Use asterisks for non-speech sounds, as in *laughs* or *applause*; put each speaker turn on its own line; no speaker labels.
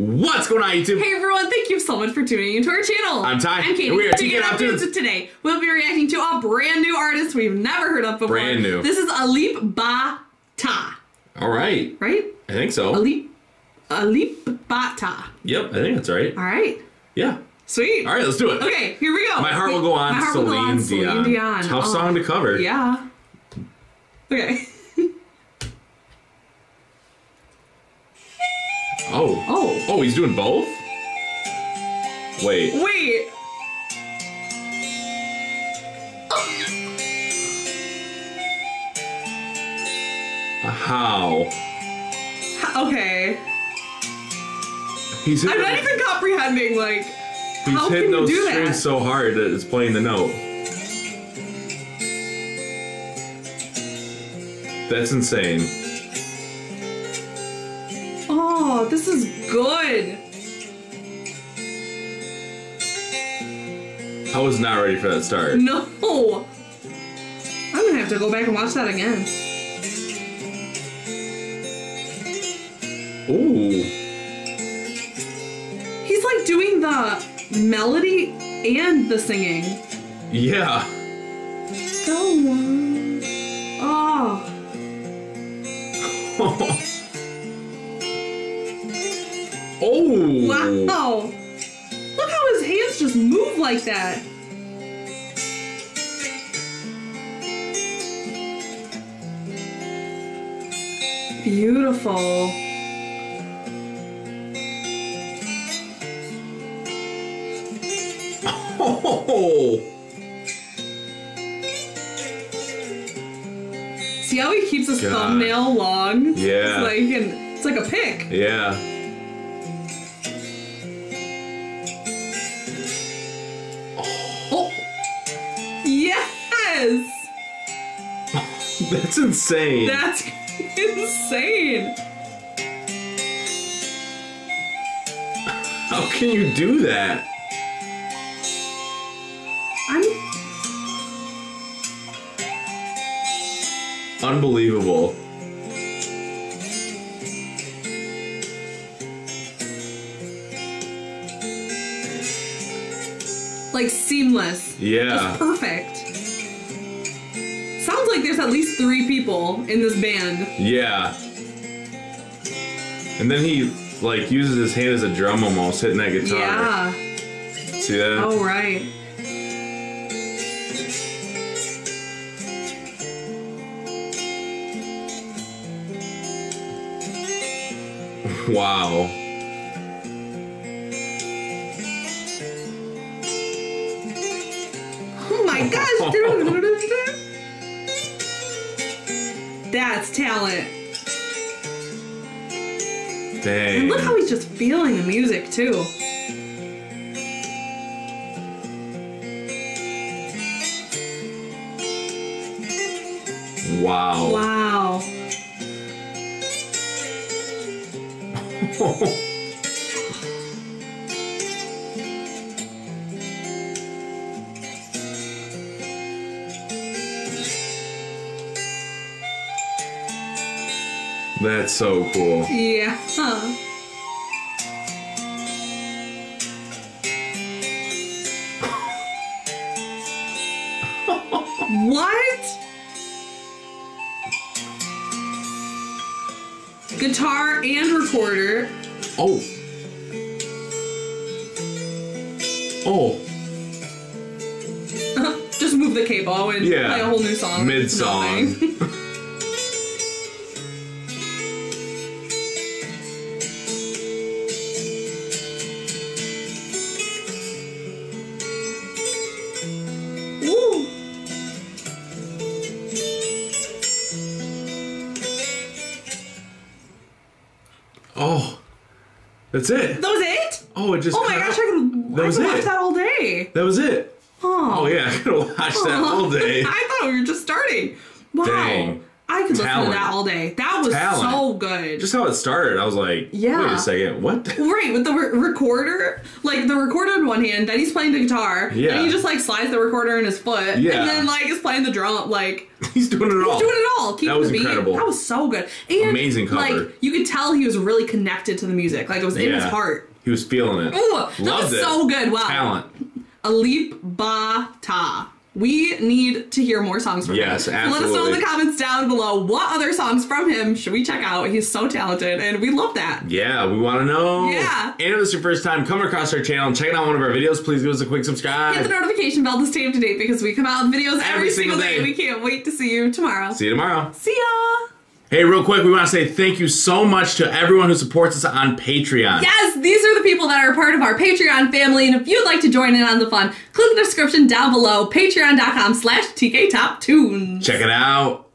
What's going on, YouTube?
Hey everyone, thank you so much for tuning into our channel.
I'm Ty.
I'm Katie.
And we are
Big
Teakin'
Enough
Optunes.
Dudes. Today, we'll be reacting to a brand new artist we've never heard of before.
Brand new.
This is Alip Ba Ta,
All right,
right?
I think so.
Alip, Alip Ba Ta.
Yep, I think that's right.
All right.
Yeah.
Sweet.
All right, let's do it.
Okay, here we go.
My heart will go on.
My heart
Celine,
will go on.
Dion.
Celine Dion.
Tough
Oh,
song to cover.
Yeah. Okay. *laughs*
Oh.
Oh.
Oh, he's doing both. Wait.
Wait.
How?
Okay.
He's
I'm not even comprehending. Like,
he's
how
hitting
can you
those
do
strings
that?
so hard that it's playing the note. That's insane.
oh, this is good.
I was not ready for that start.
No! I'm gonna have to go back and watch that again. Mm.
Ooh.
He's like doing the melody and the singing.
Yeah.
Go on. Oh,
oh. *laughs*
wow. Look how his hands just move like that. Beautiful.
Oh.
See how he keeps his
God.
thumbnail long?
Yeah.
It's like, an, it's like a pick.
Yeah.
Oh. Yes!
That's insane.
That's insane.
How can you do that?
I'm
Unbelievable.
like seamless. Just
Yeah.
perfect. Sounds like there's at least three people in this band.
Yeah. And then he like uses his hand as a drum almost hitting that guitar.
Yeah.
See that?
Oh right.
Wow.
Oh my gosh, dude. That's talent.
Dang.
And look how he's just feeling the music too.
wow.
Wow.
*laughs* That's so cool.
Yeah. *laughs* what? Guitar and recorder.
Oh. Oh.
Just move the cable and
Yeah.
play a whole new song.
Mid song.
*laughs* Nothing. Woo.
Oh. That's it.
That was it?
Oh, it just.
Oh my
cut
gosh, I
out.
could,
That
I
was
could watch
it.
that all day.
That was it.
Oh,
*laughs*
*laughs*
Oh yeah, I could watch that all day.
I thought we were just starting. Wow.
Dang.
I could listen to
Talent.
that all day. That was
Talent.
so good.
Just how it started, I was like,
Yeah.
wait a second, what? *laughs* the-
Right, with the re- recorder, like the recorder in one hand, then he's playing the guitar,
Yeah.
then he just like slides the recorder in his foot,
Yeah.
and then like is playing the drum, like
He's doing it all.
doing it all. Keeping
That was
the beat.
incredible.
That was so good. And,
Amazing cover.
Like you could tell he was really connected to the music, like it was in his
Yeah.
heart.
He was feeling it.
Ooh, that
Loved
was
it.
so good. Wow,
Talent.
Alip Bata. We need to hear more songs from him.
Yes,
So Let us know in
absolutely.
the comments down below what other songs from him should we check out. He's so talented, and we love that.
Yeah, we want to know.
Yeah.
And if this is your first time coming across our channel and checking out one of our videos, please give us a quick subscribe.
Hit the notification bell to stay up to date because we come out with videos every, single day.
day.
We can't wait to see you tomorrow.
See you tomorrow.
See ya!
Hey, real quick, we want to say thank you so much to everyone who supports us on Patreon.
Yes, these are the people that are part of our Patreon family, and if you'd like to join in on the fun, click the description down below, patreon.com slash tktoptunes.
Check it out.